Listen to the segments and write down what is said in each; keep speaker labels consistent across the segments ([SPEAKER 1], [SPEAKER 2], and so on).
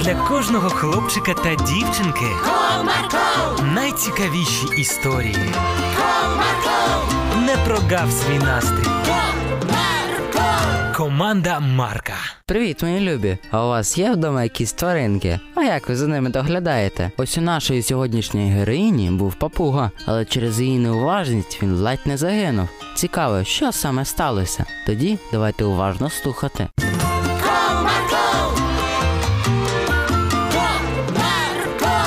[SPEAKER 1] для кожного хлопчика та дівчинки
[SPEAKER 2] Marco,
[SPEAKER 1] найцікавіші історії.
[SPEAKER 2] con Marco,
[SPEAKER 1] Не прогав свій настрій.
[SPEAKER 2] con Marco,
[SPEAKER 1] Команда Марка.
[SPEAKER 3] Привіт, мої любі! А у вас є вдома якісь тваринки? А як ви за ними доглядаєте? Ось у нашої сьогоднішньої героїні був папуга, але через її неуважність він ледь не загинув. Цікаво, що саме сталося? Тоді давайте уважно слухати.
[SPEAKER 2] con Marco, con Marco.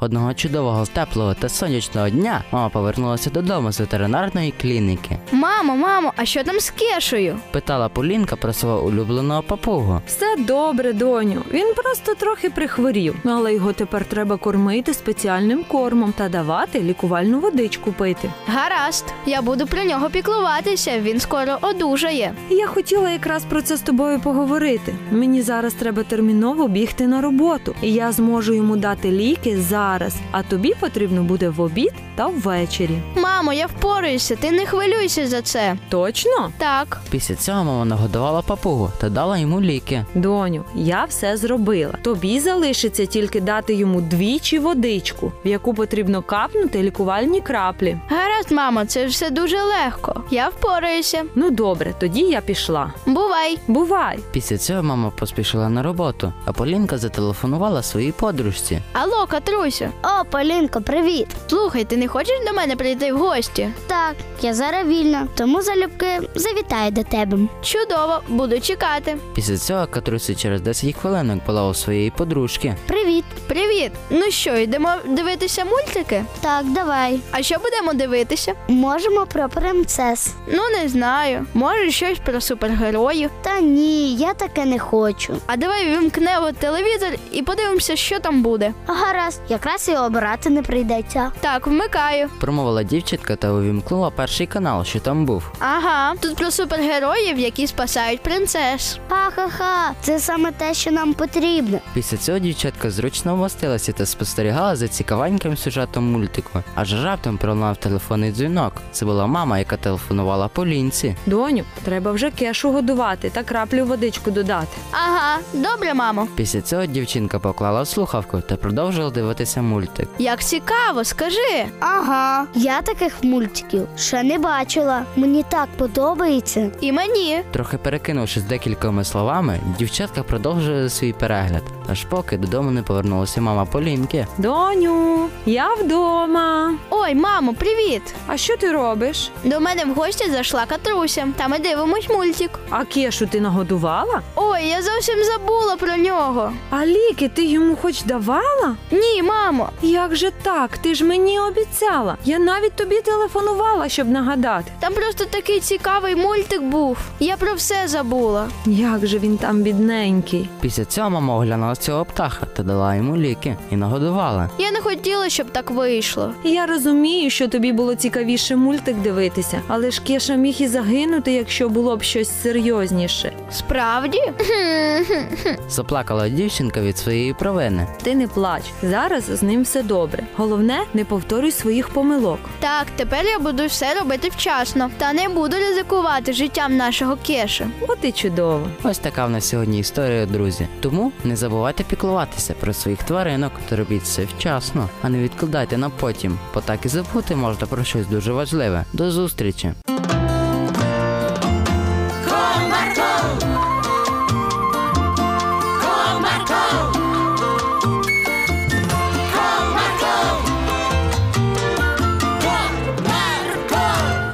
[SPEAKER 3] Одного чудового, теплого та сонячного дня мама повернулася додому з ветеринарної клініки.
[SPEAKER 4] Мамо, мамо, а що там з кешею?
[SPEAKER 3] Питала Полінка про свого улюбленого папугу.
[SPEAKER 5] Все добре, доню. Він просто трохи прихворів, але його тепер треба кормити спеціальним кормом та давати лікувальну водичку пити.
[SPEAKER 4] Гаразд, я буду про нього піклуватися. Він скоро одужає.
[SPEAKER 5] Я хотіла якраз про це з тобою поговорити. Мені зараз треба терміново бігти на роботу, і я зможу йому дати ліки зараз. А тобі потрібно буде в обід та ввечері.
[SPEAKER 4] Мамо, я впораюся, ти не хвилюйся за це.
[SPEAKER 5] Точно?
[SPEAKER 4] Так,
[SPEAKER 3] Після цього мама нагодувала папугу та дала йому ліки.
[SPEAKER 5] Доню, я все зробила. Тобі залишиться тільки дати йому двічі водичку, в яку потрібно капнути лікувальні краплі.
[SPEAKER 4] гаразд, мамо, це все дуже легко. Я впораюся.
[SPEAKER 5] Ну добре, тоді я пішла.
[SPEAKER 4] Бувай.
[SPEAKER 5] Бувай!
[SPEAKER 3] Після цього мама поспішила на роботу, а Полінка зателефонувала своїй подружці.
[SPEAKER 4] Алло, Катрусю.
[SPEAKER 6] О, Полінко, привіт!
[SPEAKER 4] Слухай, ти не хочеш до мене прийти в гості?
[SPEAKER 6] Так, я зараз вільна, тому залюбки завітаю до тебе.
[SPEAKER 4] Чудово, буду чекати.
[SPEAKER 3] Після цього Катруся через 10 хвилинок була у своєї подружки.
[SPEAKER 6] Привіт!
[SPEAKER 4] Привіт. Ну що, йдемо дивитися мультики?
[SPEAKER 6] Так, давай.
[SPEAKER 4] А що будемо дивитися?
[SPEAKER 6] Можемо про принцес.
[SPEAKER 4] Ну не знаю. Може, щось про супергероїв.
[SPEAKER 6] Та ні, я таке не хочу.
[SPEAKER 4] А давай вимкнемо телевізор і подивимося, що там буде.
[SPEAKER 6] Гаразд, якраз і обирати не прийдеться.
[SPEAKER 4] Так, вмикаю.
[SPEAKER 3] Промовила дівчатка та увімкнула перший канал, що там був.
[SPEAKER 4] Ага, тут про супергероїв, які спасають принцес.
[SPEAKER 6] Ха-ха-ха, це саме те, що нам потрібно.
[SPEAKER 3] Після цього дівчатка зручно вмостилася та спостерігала за цікавеньким сюжетом мультику. Аж раптом пролунав телефонний дзвінок. Це була мама, яка телефонувала Полінці.
[SPEAKER 5] Доню, треба вже кешу годувати та краплю водичку додати.
[SPEAKER 4] Ага, добре, мамо.
[SPEAKER 3] Після цього дівчинка поклала слухавку та продовжила дивитися мультик.
[SPEAKER 4] Як цікаво, скажи.
[SPEAKER 6] Ага, я таких мультиків ще не бачила. Мені так подобається.
[SPEAKER 4] І мені.
[SPEAKER 3] Трохи перекинувшись декількома словами, дівчатка продовжує свій перегляд, аж поки додому не повернулася мама Полінки.
[SPEAKER 5] Доню, я вдома.
[SPEAKER 4] Ой, мамо, привіт!
[SPEAKER 5] А що ти робиш?
[SPEAKER 4] До мене в гості зайшла Катруся. Та ми дивимось мультик.
[SPEAKER 5] А кешу ти нагодувала?
[SPEAKER 4] Ой, я зовсім забула про нього.
[SPEAKER 5] А ліки ти йому хоч давала?
[SPEAKER 4] Ні, мамо.
[SPEAKER 5] Як же так? Ти ж мені обіцяла. Я навіть тобі телефонувала, щоб нагадати.
[SPEAKER 4] Там просто такий цікавий мультик був. Я про все забула.
[SPEAKER 5] Як же він там бідненький.
[SPEAKER 3] Після цього мама оглянула цього птаха та дала йому ліки і нагодувала.
[SPEAKER 4] Я не хотіла, щоб так вийшло.
[SPEAKER 5] Я розумію, що тобі було цікавіше мультик дивитися, але ж кеша міг і загинути, якщо було б щось серйозніше.
[SPEAKER 4] Справді?
[SPEAKER 3] Заплакала дівчинка від своєї провини.
[SPEAKER 5] Ти не плач. Зараз з ним все добре. Головне, не повторюй своїх помилок.
[SPEAKER 4] Так, тепер я буду все робити вчасно та не буду ризикувати життям нашого кеші.
[SPEAKER 5] От і чудово.
[SPEAKER 3] Ось така в нас сьогодні історія, друзі. Тому не забувайте піклуватися про своїх тваринок та робіть це вчасно, а не відкладайте на потім, бо так і забути можна про щось дуже важливе. До зустрічі!